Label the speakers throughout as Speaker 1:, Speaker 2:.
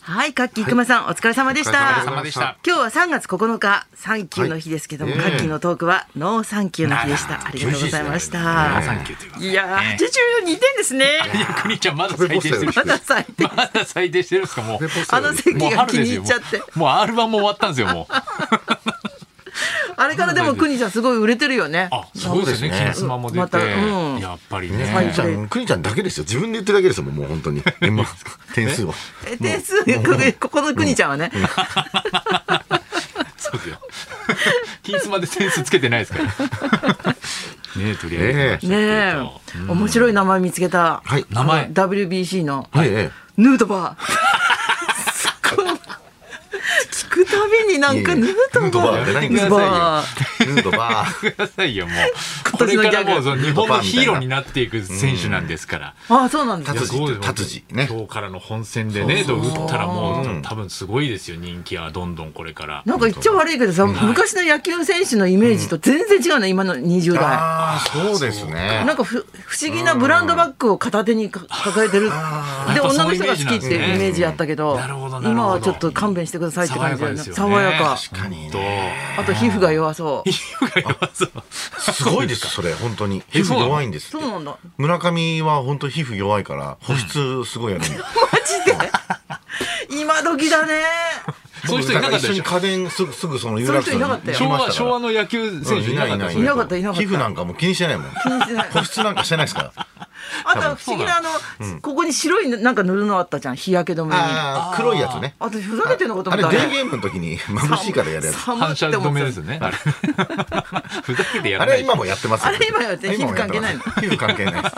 Speaker 1: はい、カッキー熊さん、お疲れ様でし
Speaker 2: お
Speaker 1: た。
Speaker 2: 疲れ様でした
Speaker 1: 今日は3月9日、サンキューの日ですけども、
Speaker 2: はい
Speaker 1: カッキーのトークはノーサンキューの日でし
Speaker 2: あ
Speaker 1: た。
Speaker 2: ら
Speaker 1: ありがとうございまし
Speaker 2: あ
Speaker 1: た。
Speaker 2: サンキューということ
Speaker 1: い
Speaker 2: で。
Speaker 1: やー、82点ですね。
Speaker 2: いや、国ちゃんまだ採 点してる。
Speaker 1: まだ最低。
Speaker 2: まだ採点してるんですか、もう。
Speaker 1: あの席が
Speaker 2: もう
Speaker 1: 気
Speaker 2: 春で
Speaker 1: に
Speaker 2: す
Speaker 1: 入
Speaker 2: よ。
Speaker 1: っ
Speaker 2: も
Speaker 1: ちゃって。
Speaker 2: うもう R1 も終わったんですよ、もう。
Speaker 1: あれからでも
Speaker 2: 春で
Speaker 1: 国ちゃんすごい売れてるよね。
Speaker 2: あ、すごいです
Speaker 3: そう
Speaker 2: ね、
Speaker 3: ですね
Speaker 2: 金スマも出
Speaker 1: また
Speaker 2: て。
Speaker 1: うん
Speaker 2: やっぱり
Speaker 3: ね
Speaker 1: サイ
Speaker 3: 国
Speaker 1: ズ
Speaker 3: ち
Speaker 2: ね。
Speaker 3: ゃん、国ちゃんだけですよ。自分で言ってるだけですよ、もう本当に。M1 点数を。
Speaker 1: え点数、ここの国ちゃんはね。
Speaker 2: そうですよ。金スマで点数つけてない ですから。ねえ、とりあえ
Speaker 3: え
Speaker 2: ず。
Speaker 3: え
Speaker 1: ねえ、面白い名前見つけた。
Speaker 3: はい
Speaker 2: 名前
Speaker 1: あの WBC の
Speaker 3: はい、え
Speaker 1: ヌートバー。すごい。聞くたびになんか
Speaker 3: いえい
Speaker 1: ヌ
Speaker 3: え
Speaker 1: ート
Speaker 3: ヌート
Speaker 1: バ
Speaker 3: バ
Speaker 1: ー。
Speaker 3: ーじゃないん
Speaker 1: ヌー
Speaker 3: です
Speaker 1: ト
Speaker 3: よ
Speaker 1: バー。
Speaker 3: えヌートバー。
Speaker 2: くださいよ、もう。
Speaker 1: 今
Speaker 2: こ
Speaker 1: 年
Speaker 2: れ
Speaker 1: のギ
Speaker 2: か
Speaker 1: ャグ
Speaker 2: らもうその日本のヒーローになっていく選手なんですから。
Speaker 1: あ、そうなんだ。
Speaker 3: 達人
Speaker 2: いやそうです
Speaker 3: 達人ね
Speaker 2: 今日からの本戦でね、
Speaker 3: そうそう
Speaker 2: 打ったらもう多分すごいですよ、人気はどんどんこれから。
Speaker 1: なんか言っちゃ悪いけどさ、昔の野球選手のイメージと全然違うね、今の20代。
Speaker 3: ああ、そうですね
Speaker 1: な。んかふ不思議なブランドバッグを片手にか抱えてる。で、
Speaker 2: やっぱ
Speaker 1: 女
Speaker 2: そ
Speaker 1: の
Speaker 2: ういう
Speaker 1: 人
Speaker 2: イ
Speaker 1: が好き
Speaker 2: メージ
Speaker 1: っ
Speaker 2: なんです
Speaker 1: て
Speaker 2: ね
Speaker 1: いうイメージやったけど、
Speaker 2: なるほどなるほど
Speaker 1: 今はちょっと勘弁してくださいって感じだよね。
Speaker 2: 爽
Speaker 1: 爽
Speaker 2: や
Speaker 1: や
Speaker 2: か
Speaker 1: か
Speaker 2: です。
Speaker 3: 確かに
Speaker 2: どう
Speaker 3: ね。
Speaker 1: あと皮膚が弱 そう。
Speaker 3: すごいです、それ、本当に。皮
Speaker 2: えそ
Speaker 3: 膚
Speaker 2: うなの
Speaker 3: 弱いんです
Speaker 1: そ
Speaker 3: っ
Speaker 1: う
Speaker 3: て。
Speaker 1: なんだ。
Speaker 3: 村上は本当皮膚弱いから、保湿すごいやる。
Speaker 1: 今時だね。
Speaker 2: そういう人いなかった
Speaker 3: 僕一緒
Speaker 2: でし
Speaker 3: に
Speaker 2: ょ
Speaker 3: 家電、すぐ、すぐその有楽町
Speaker 1: そう
Speaker 3: に
Speaker 1: いう人いなかったよ
Speaker 3: 行き
Speaker 2: 昭
Speaker 3: ましたか
Speaker 2: 和
Speaker 3: ら
Speaker 2: 昭和の野球選手いなかった
Speaker 1: いな
Speaker 2: そう
Speaker 1: かったいなかった
Speaker 3: 皮膚なんかもう気にしてないもん。
Speaker 1: 気にしてない
Speaker 3: 保湿なんかしてないですから。
Speaker 1: あとは不思議なあの、ここに白いなんか塗るのあったじゃん、日焼け止めに。あ
Speaker 3: ああ、黒いやつね。
Speaker 1: とふざけてんのこと
Speaker 3: あ
Speaker 1: 思っ
Speaker 3: れ
Speaker 1: た、
Speaker 3: デーゲームの時に眩しいからやるやつ。
Speaker 1: 寒
Speaker 2: 反射
Speaker 1: って思
Speaker 2: 止
Speaker 1: って
Speaker 2: め
Speaker 1: た
Speaker 2: ですねあれふざけてや
Speaker 3: あれ
Speaker 2: らな
Speaker 3: はい今もやってますよ
Speaker 1: あれ今やって皮膚関係ないの
Speaker 3: 皮膚関係ないです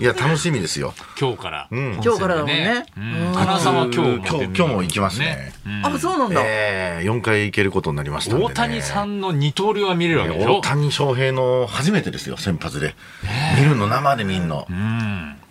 Speaker 3: いや楽しみですよ
Speaker 2: 今日から
Speaker 3: ん
Speaker 1: 今日からだもんね
Speaker 2: うん花さんは今
Speaker 3: 今
Speaker 2: 日
Speaker 3: 日今日も行きますね
Speaker 1: あ、そうなんだ。
Speaker 3: ええ4回行けることになりましたんでね
Speaker 2: 大谷さんの二刀流は見れるわけでしょ
Speaker 3: 大谷翔平の初めてですよ先発で見るの生で見んの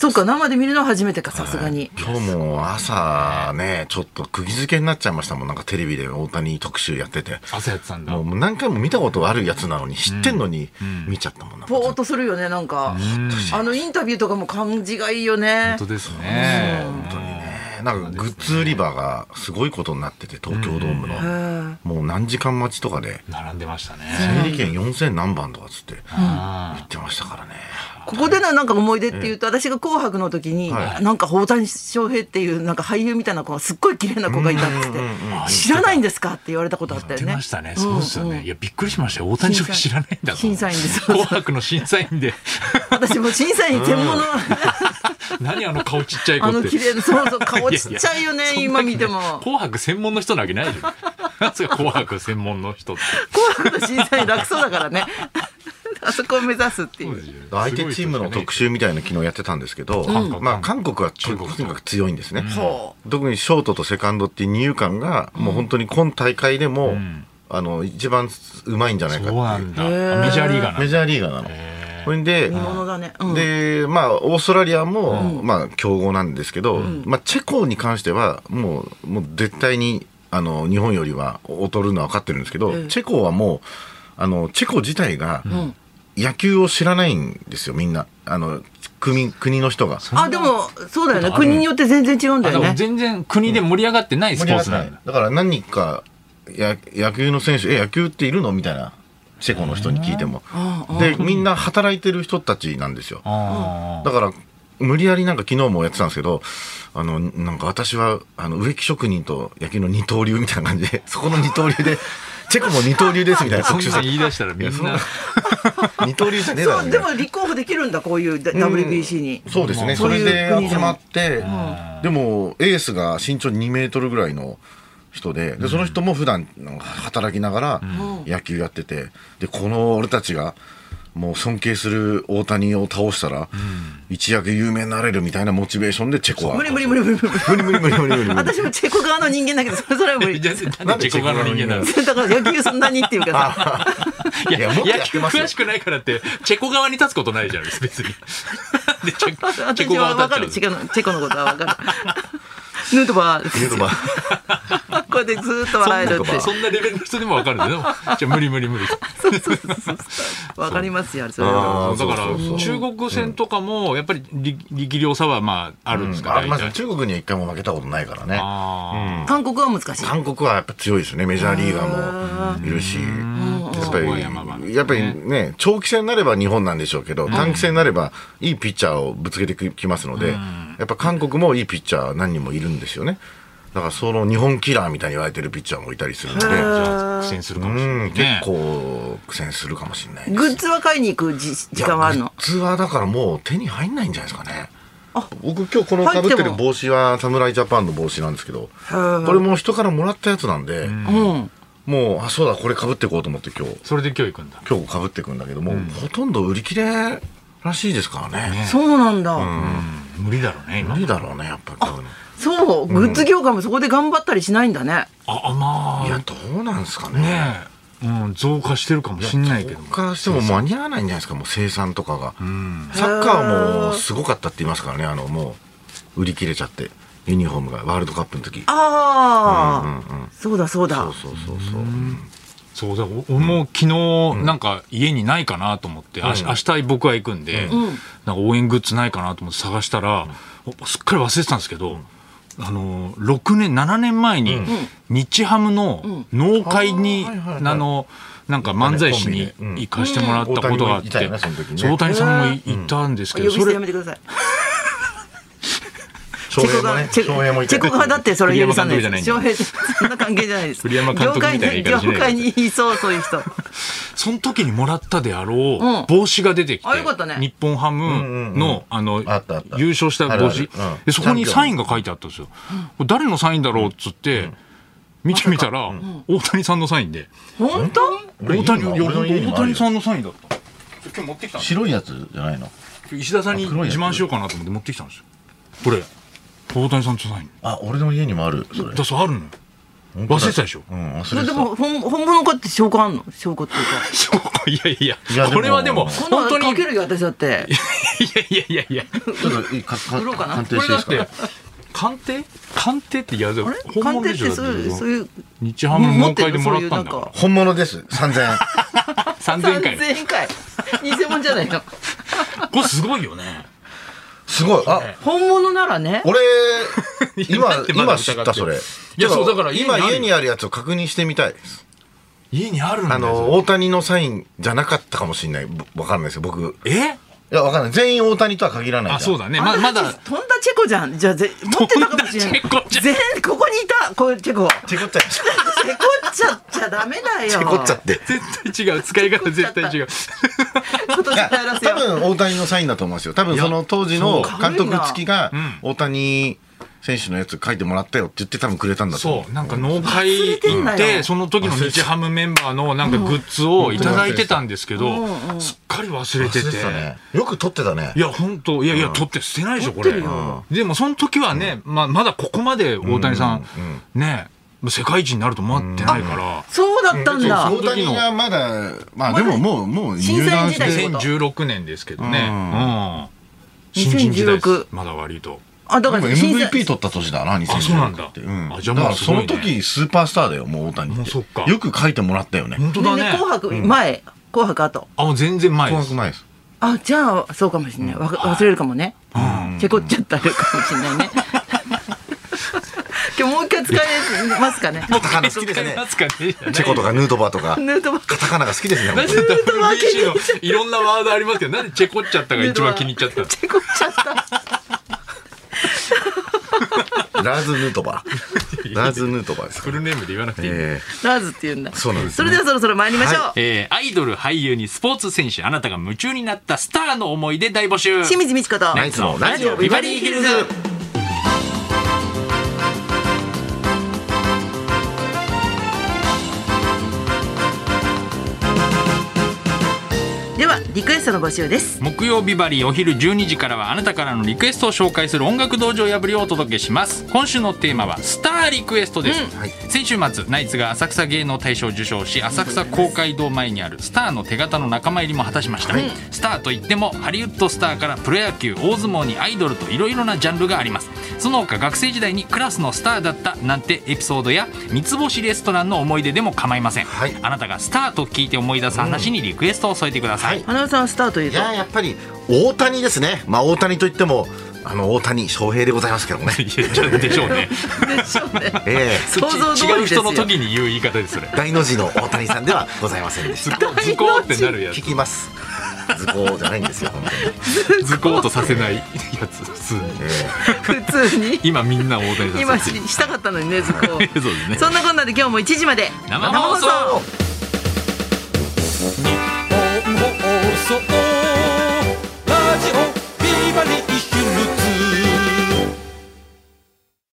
Speaker 1: そっか、生で見るのは初めてか、さすがに。
Speaker 3: 今日も朝ねちょっと釘付けになっちゃいましたもんなんかテレビで大谷特集やってて
Speaker 2: 朝やってたんだ
Speaker 3: もう何回も見たことあるやつなのに知ってんのに見ちゃったもんな
Speaker 1: ぼーっとするよね、なんか。あのインタビューとかも感じがいいよね
Speaker 2: 本。当ですね
Speaker 3: なんかグッズ売り場がすごいことになってて東京ドームの、
Speaker 1: うん
Speaker 3: もう何時間待ちとかで
Speaker 2: 並んでましたね
Speaker 3: 整理券4000何番とかっつって言
Speaker 2: あ
Speaker 3: ってましたからね、
Speaker 1: ここでのなんか思い出っていうと、私が紅白の時に、
Speaker 3: はい
Speaker 1: なんか大谷翔平っていうなんか俳優みたいな子がすっごい綺麗な子がいたっつって、知らないんですかって言われたことあった
Speaker 2: ー
Speaker 1: よ
Speaker 2: 出
Speaker 1: ね
Speaker 2: ま。したねそうですよ
Speaker 1: うんう
Speaker 2: ねいやびっくりしましたよ大谷翔平知らないんだと
Speaker 1: 審査員です
Speaker 2: 紅白の審査員で
Speaker 1: 私も審査員専門の、
Speaker 2: 何あの顔ちっちゃい子
Speaker 1: あ
Speaker 2: っ
Speaker 1: の
Speaker 2: て
Speaker 1: 綺麗な、そうそう、 顔ちっちゃいよ
Speaker 2: や
Speaker 1: ね、
Speaker 2: や
Speaker 1: 今見ても。
Speaker 2: そんなわけない紅白専門の人なわけないでしょ。 なんすか紅白専門の人って。
Speaker 1: 紅白の審査員楽そうだからね。 あそこを目指すっていう。
Speaker 3: 相手チームの特集みたいなの昨日やってたんですけど、
Speaker 2: 韓国
Speaker 3: まあ、韓国はと
Speaker 2: 中国と
Speaker 3: とにかく強いんですね、
Speaker 1: ほ
Speaker 3: 特にショートとセカンドっていう二遊間がもう本当に今大会でも、
Speaker 2: ん
Speaker 3: あの一番うまいんじゃないか
Speaker 2: そ
Speaker 3: っ
Speaker 2: う
Speaker 3: てい
Speaker 2: なんだ。
Speaker 1: へー
Speaker 2: メジャーリーガー
Speaker 3: メ
Speaker 2: なん
Speaker 3: ジャーリーガーなの。ほんで
Speaker 1: 見ものだね。うん。
Speaker 3: で、まあ、オーストラリアも、まあ、強豪なんですけど、まあ、チェコに関しては、もう、もう絶対に、あの、日本よりは劣るのは分かってるんですけど、
Speaker 1: ええ
Speaker 3: チェコはもう、あの、チェコ自体が、野球を知らないんですよ、みんな。あの、国、国の人が。
Speaker 1: あ、でも、そうだよね。国によって全然違うんだ
Speaker 2: だ。
Speaker 1: よ
Speaker 2: だから
Speaker 1: ね。
Speaker 2: 全然国で盛り上がってないスポーツなんだ。
Speaker 3: だから何かや野球の選手え野球っているのみたいなチェコの人に聞いてもでみんな働いてる人たちなんですよ
Speaker 2: あ
Speaker 3: だから無理やりなんか昨日もやってたんですけどあのなんか私はあの植木職人と野球の二刀流みたいな感じで そこの二刀 流でチェコも二刀流ですみたいな
Speaker 2: あ。そ
Speaker 3: 特集さ
Speaker 2: んなん
Speaker 3: れ
Speaker 2: 言い出したらみん
Speaker 3: いやそん
Speaker 2: な
Speaker 3: な。二刀流じゃねえだろ
Speaker 1: そう、
Speaker 3: み
Speaker 1: で
Speaker 3: たいな
Speaker 1: も立候補できるんだ、こういう WBC に。
Speaker 3: そうですね、
Speaker 1: そ
Speaker 3: そう
Speaker 1: い
Speaker 3: れ
Speaker 1: う
Speaker 3: で
Speaker 1: 国でも
Speaker 3: 集まって、でもエースが身長2メートルぐらいの人ででその人も普段働きながら野球やっててでこの俺たちがもう尊敬する大谷を倒したら、一躍有名になれるみたいなモチベーションでチェコは
Speaker 1: 無理無理無理無理無理。
Speaker 3: 無理無理無理無理無理無理
Speaker 1: 私もチェコ側の人間だけど、それそれは無 理。
Speaker 2: じゃ
Speaker 1: だ
Speaker 2: あなんでチェコ側の人間なの
Speaker 1: から野球そんなにっていうかさ、
Speaker 2: い
Speaker 3: いや
Speaker 2: や、
Speaker 3: もっと
Speaker 2: 野
Speaker 3: やっ
Speaker 2: 球
Speaker 3: てますよ
Speaker 2: 詳しくないからって、チェコ側に立つことないじゃないですか、 別に。でチェチェ
Speaker 1: 私
Speaker 2: コ側
Speaker 1: は分か
Speaker 2: 立
Speaker 1: る。
Speaker 2: っち
Speaker 1: チ
Speaker 2: ゃう。
Speaker 1: ェコのチェコのことは分かる。ヌートバー。
Speaker 3: ヌートバー
Speaker 1: これでずっと笑えるって
Speaker 2: そんなレベルの人でもわかるんだよ。じゃ無理無理無理。
Speaker 1: そうそうそうそうわかりますよそれは
Speaker 2: だ
Speaker 3: あー
Speaker 2: から
Speaker 3: そうそうそう
Speaker 2: 中国戦とかもやっぱり力力量差はまああるんですか、
Speaker 3: あります
Speaker 2: 大
Speaker 3: ね
Speaker 2: 体
Speaker 3: 中国には一回も負けたことないからね
Speaker 2: あ
Speaker 1: 韓国は難しい
Speaker 3: 韓国はやっぱ強いですねメジャーリーガーもいるしやっぱ
Speaker 2: すごい山場
Speaker 3: りやっぱりね長期戦になれば日本なんでしょうけど短期戦になればいいピッチャーをぶつけてきますのでやっぱ韓国もいいピッチャー何人もいるんですよねだからその日本キラーみたいに言われてるピッチャーもいたりするので
Speaker 2: ーじゃあ苦戦するかもしれ
Speaker 3: う
Speaker 2: なんい
Speaker 3: 結
Speaker 2: ね。
Speaker 3: 構苦戦するかもしれない
Speaker 1: グッズは買いに行くじ時間はある
Speaker 3: いや
Speaker 1: の
Speaker 3: グッズはだからもう手に入んないんじゃないですかね
Speaker 1: あ
Speaker 3: 僕今日この
Speaker 1: 入
Speaker 3: か
Speaker 1: っても
Speaker 3: ぶってる帽子は侍ジャパンの帽子なんですけど
Speaker 1: ー
Speaker 3: これもう人からもらったやつなんで、
Speaker 1: うん
Speaker 3: もうあそうだこれかぶっていこうと思って今日
Speaker 2: それで今日行くんだ。
Speaker 3: 今日かぶっていくんだけども、ほとんど売り切れらしいですからね
Speaker 1: そうなんだ、
Speaker 2: うん無理だろうね今
Speaker 3: 無。理だろうねやっぱ買うの
Speaker 1: そうグッズ業界もそこで頑張ったりしないんだね、
Speaker 2: ああまあ
Speaker 3: いやどうなんですかね
Speaker 2: ねえ、うん、増加してるかもしんないけど
Speaker 3: そ
Speaker 2: も
Speaker 3: こからしても間に合わないんじゃないですかもう生産とかが、
Speaker 2: うん
Speaker 3: サッカーはもうすごかったって言いますからねあのもう売り切れちゃってユニフォームがワールドカップの時
Speaker 1: ああ、そうだそうだ
Speaker 3: そうそうそうそう、
Speaker 2: そうだお俺も昨日なんか家にないかなと思って、あし明日僕は行くんで、なんか応援グッズないかなと思って探したら、おすっかり忘れてたんですけど、あの6年7年前に日ハムの農会に、
Speaker 3: あーはいはいはい
Speaker 2: あのなんか漫才師
Speaker 3: コンビ
Speaker 2: に
Speaker 3: でうん
Speaker 2: 行かしてもらったことがあって、
Speaker 3: うん大谷もいたよねその時ね
Speaker 2: そう大谷さんもい行ったんです
Speaker 1: 呼
Speaker 2: け
Speaker 1: び
Speaker 2: ど、
Speaker 1: 捨
Speaker 2: そ
Speaker 1: て
Speaker 2: れ
Speaker 1: やめてください
Speaker 3: 翔平もね
Speaker 1: チェコ
Speaker 3: 翔平も
Speaker 1: が
Speaker 3: い
Speaker 1: チェ
Speaker 3: て
Speaker 1: コがだってそれ許さないです
Speaker 2: 栗
Speaker 1: 翔
Speaker 2: 山
Speaker 1: 平そんな関係じゃないです
Speaker 2: 栗山監督みたいな言い
Speaker 1: 業
Speaker 2: 方
Speaker 1: 界に業
Speaker 2: しないでくださ
Speaker 1: 界
Speaker 2: い
Speaker 1: にいそうそういう人
Speaker 2: その時にもらったであろ
Speaker 1: うん
Speaker 2: う帽子が出てきて、
Speaker 1: あよかったね
Speaker 2: 日本ハム
Speaker 3: うんうんうん
Speaker 2: の、あの
Speaker 3: あったあった、
Speaker 2: 優勝した帽
Speaker 3: ある
Speaker 2: 子
Speaker 3: あるうん、
Speaker 2: でそこにサインが書いてあったんですよ。これ誰のサインだろうっつって、見てみたら、大谷さんのサインで、
Speaker 1: 本当
Speaker 3: 俺
Speaker 2: 大谷、いや
Speaker 3: 俺の家にも
Speaker 2: 大
Speaker 3: あるよ
Speaker 2: 谷さんのサインだった。今日持ってきたんですよ
Speaker 3: 白いやつじゃないの
Speaker 2: 今日石田さんに
Speaker 3: あ黒いやつ
Speaker 2: 自慢しようかなと思って持ってきたんですよ。これ、大谷さんのサイン。
Speaker 3: あ俺の家にもあるそれ
Speaker 2: だそうあるのよ。忘れてたでしょ
Speaker 3: うん忘
Speaker 1: そ
Speaker 3: れ
Speaker 1: れ
Speaker 3: て
Speaker 1: で
Speaker 3: た
Speaker 1: も本本物かって証拠あんの証拠っていうか
Speaker 2: 証拠いやいや
Speaker 3: い
Speaker 2: い
Speaker 3: や
Speaker 2: や、
Speaker 3: でも
Speaker 2: これはでも、
Speaker 1: こんな
Speaker 2: 本当
Speaker 1: の
Speaker 2: に、
Speaker 1: か
Speaker 2: い
Speaker 1: けるよ私だって
Speaker 2: やいやいやいや。
Speaker 3: ちょっといいかか
Speaker 1: 売ろうかな
Speaker 3: 鑑
Speaker 2: こ
Speaker 3: 定し
Speaker 2: れ
Speaker 3: ていい
Speaker 2: だ
Speaker 3: で
Speaker 2: っ
Speaker 3: すか
Speaker 2: て鑑定鑑定っていやで
Speaker 1: あ
Speaker 2: も
Speaker 1: れ
Speaker 2: 本
Speaker 1: 鑑
Speaker 2: 物
Speaker 1: 定
Speaker 2: で
Speaker 1: っ
Speaker 2: し
Speaker 1: て
Speaker 2: ょ
Speaker 1: そういうそういう
Speaker 2: 日ハムの
Speaker 1: 持っ
Speaker 2: 農
Speaker 1: て
Speaker 2: 会
Speaker 1: る
Speaker 2: でも
Speaker 1: そう
Speaker 2: ら
Speaker 1: いう
Speaker 2: った
Speaker 1: なん
Speaker 2: んだ
Speaker 1: か
Speaker 3: 本物です3000円
Speaker 2: 3000
Speaker 1: 3000
Speaker 2: 回
Speaker 1: 回偽物じゃないの
Speaker 2: これすごいよね
Speaker 3: すごいあ
Speaker 1: 本物ならね
Speaker 3: 俺今
Speaker 2: なんでま
Speaker 3: 今
Speaker 2: だ疑って
Speaker 3: 知
Speaker 2: る
Speaker 3: ったそれ
Speaker 2: いやそうだから家にあ
Speaker 3: 今
Speaker 2: る
Speaker 3: 家にあるやつを確認してみたいです
Speaker 2: 家にあるんだ
Speaker 3: あの
Speaker 2: よ
Speaker 3: 大谷のサインじゃなかったかもしれないぼわかんないですよ僕
Speaker 2: え
Speaker 3: いやわかんない全員大谷とは限らないじゃん
Speaker 2: あそうだね
Speaker 1: あ
Speaker 2: ま
Speaker 1: ん
Speaker 2: ま
Speaker 1: な
Speaker 2: だ
Speaker 1: 話飛んだチェコじゃんじゃあぜ持ってたかもしれない
Speaker 2: 飛んだチェコじゃん
Speaker 1: 全ここにいたこうチェコ
Speaker 3: チェコっちゃいま した
Speaker 1: チェコっちゃっちゃダメだよ
Speaker 3: チェコっちゃって
Speaker 2: 絶対違う使い方絶対違う
Speaker 1: 今年
Speaker 3: いや
Speaker 1: 帰らせよ
Speaker 3: 多分大谷のサインだと思いますよ多分その当時の
Speaker 1: そう
Speaker 3: 監督付きが
Speaker 2: ん
Speaker 3: 大谷選手のやつ書いてもらったよって言って多分くれたんだと思
Speaker 2: そうなんか農会
Speaker 1: 忘れてん
Speaker 2: 行っ
Speaker 1: だよ
Speaker 2: てその時の日ハムメンバーのなんかグッズをいただいてたんですけ
Speaker 1: うんう
Speaker 2: ど
Speaker 1: ん
Speaker 2: すっかり忘れて
Speaker 3: 忘れ
Speaker 2: て
Speaker 3: てたねよく撮ってたね
Speaker 2: いや本当いやいや取って捨てないでしょこれ
Speaker 1: 取ってるよ
Speaker 2: でもその時はねまあまだここまで大谷さんね世界一になると思ってないから
Speaker 1: そうだったんだ
Speaker 3: 大谷がまだまあでももうもう
Speaker 1: 審
Speaker 3: 入
Speaker 1: 査員
Speaker 3: 団
Speaker 1: 時
Speaker 3: し
Speaker 1: 代
Speaker 3: て
Speaker 2: 2016年ですけどね、うん新人時代です
Speaker 1: 2016
Speaker 2: まだ割と
Speaker 1: あだ
Speaker 3: で
Speaker 1: から
Speaker 3: も
Speaker 1: 審査
Speaker 3: MVP 取った年だな2016
Speaker 2: あそうなんだ
Speaker 3: って
Speaker 2: あじゃ
Speaker 3: だ
Speaker 2: あ
Speaker 3: か
Speaker 2: もう
Speaker 3: ら
Speaker 2: す
Speaker 3: そ
Speaker 2: ごい
Speaker 3: の
Speaker 2: ね
Speaker 3: 時スーパースターだよもう大谷っ
Speaker 2: もう
Speaker 3: て
Speaker 2: そっか
Speaker 3: よく書いてもらったよね
Speaker 2: 本当だ
Speaker 1: で
Speaker 2: ね
Speaker 1: ね紅白前紅白後
Speaker 2: あもう全然前で
Speaker 3: 怖
Speaker 2: す
Speaker 3: くないです
Speaker 1: あじゃあそうかもしれないわか忘れるかもねチェコっちゃったらかもしれないね今日もう一回使えますかね
Speaker 3: カタカナ好きですね
Speaker 2: 懐かしい
Speaker 3: チェコとかヌートバーと か
Speaker 1: ヌートバー
Speaker 3: カタカナが好きですね
Speaker 2: なんで WBC のいろんなワードありますけどなんでチェコっちゃったが一番気に入っちゃったの
Speaker 1: チェコっちゃった
Speaker 3: ラーズヌートバーラーズヌートバーです
Speaker 2: フルネームで言わなくていい、
Speaker 3: え
Speaker 1: ラーズって言うんだ
Speaker 3: ーそうなんです
Speaker 1: それではそろそろ参りましょう、
Speaker 2: えーアイドル俳優にスポーツ選手あなたが夢中になったスターの思い出大募集
Speaker 1: 清水美智子と
Speaker 3: ナイツのラジオビバリーヒルズ。
Speaker 1: ではリクエストトの募集です
Speaker 2: 木曜日バリお昼12時からはあなたからのリクエストを紹介する音楽道場破りをお届けします今週のテーマはスターリクエストです、先週末ナイツが浅草芸能大賞を受賞し浅草公会堂前にあるスターの手形の仲間入りも果たしました、スターといってもハリウッドスターからプロ野球大相撲にアイドルといろいろなジャンルがありますその他学生時代にクラスのスターだったなんてエピソードや三つ星レストランの思い出でも構いません、
Speaker 3: はい
Speaker 2: あなたがスターと聞いて思い出す話にリクエストを添えてくだ
Speaker 3: は
Speaker 2: さい、
Speaker 3: い
Speaker 1: 花尾さんスターという
Speaker 3: い
Speaker 1: と
Speaker 3: ややっぱり大谷ですねまあ大谷といってもあの大谷翔平でございますけどもね
Speaker 2: いやちょっとでしょうね
Speaker 1: でしょうね
Speaker 3: ええ
Speaker 1: 想像通
Speaker 2: 違
Speaker 1: り
Speaker 2: う
Speaker 1: ですよ
Speaker 2: 人の時に言う言い方ですそれ
Speaker 3: 大の字の大谷さんではございませんでし
Speaker 2: ズ
Speaker 3: た
Speaker 2: コズコってなるや
Speaker 3: 聞
Speaker 2: つ
Speaker 3: きます図工じゃないんですよ本当に、
Speaker 2: ズコーとさせないやつ普通に
Speaker 3: え
Speaker 1: 普通に
Speaker 2: 今みんな大谷さん
Speaker 1: 今ししたかったのにねずっと
Speaker 2: そうですね
Speaker 1: そんなこんなで今日も1時まで
Speaker 2: 生放送
Speaker 3: え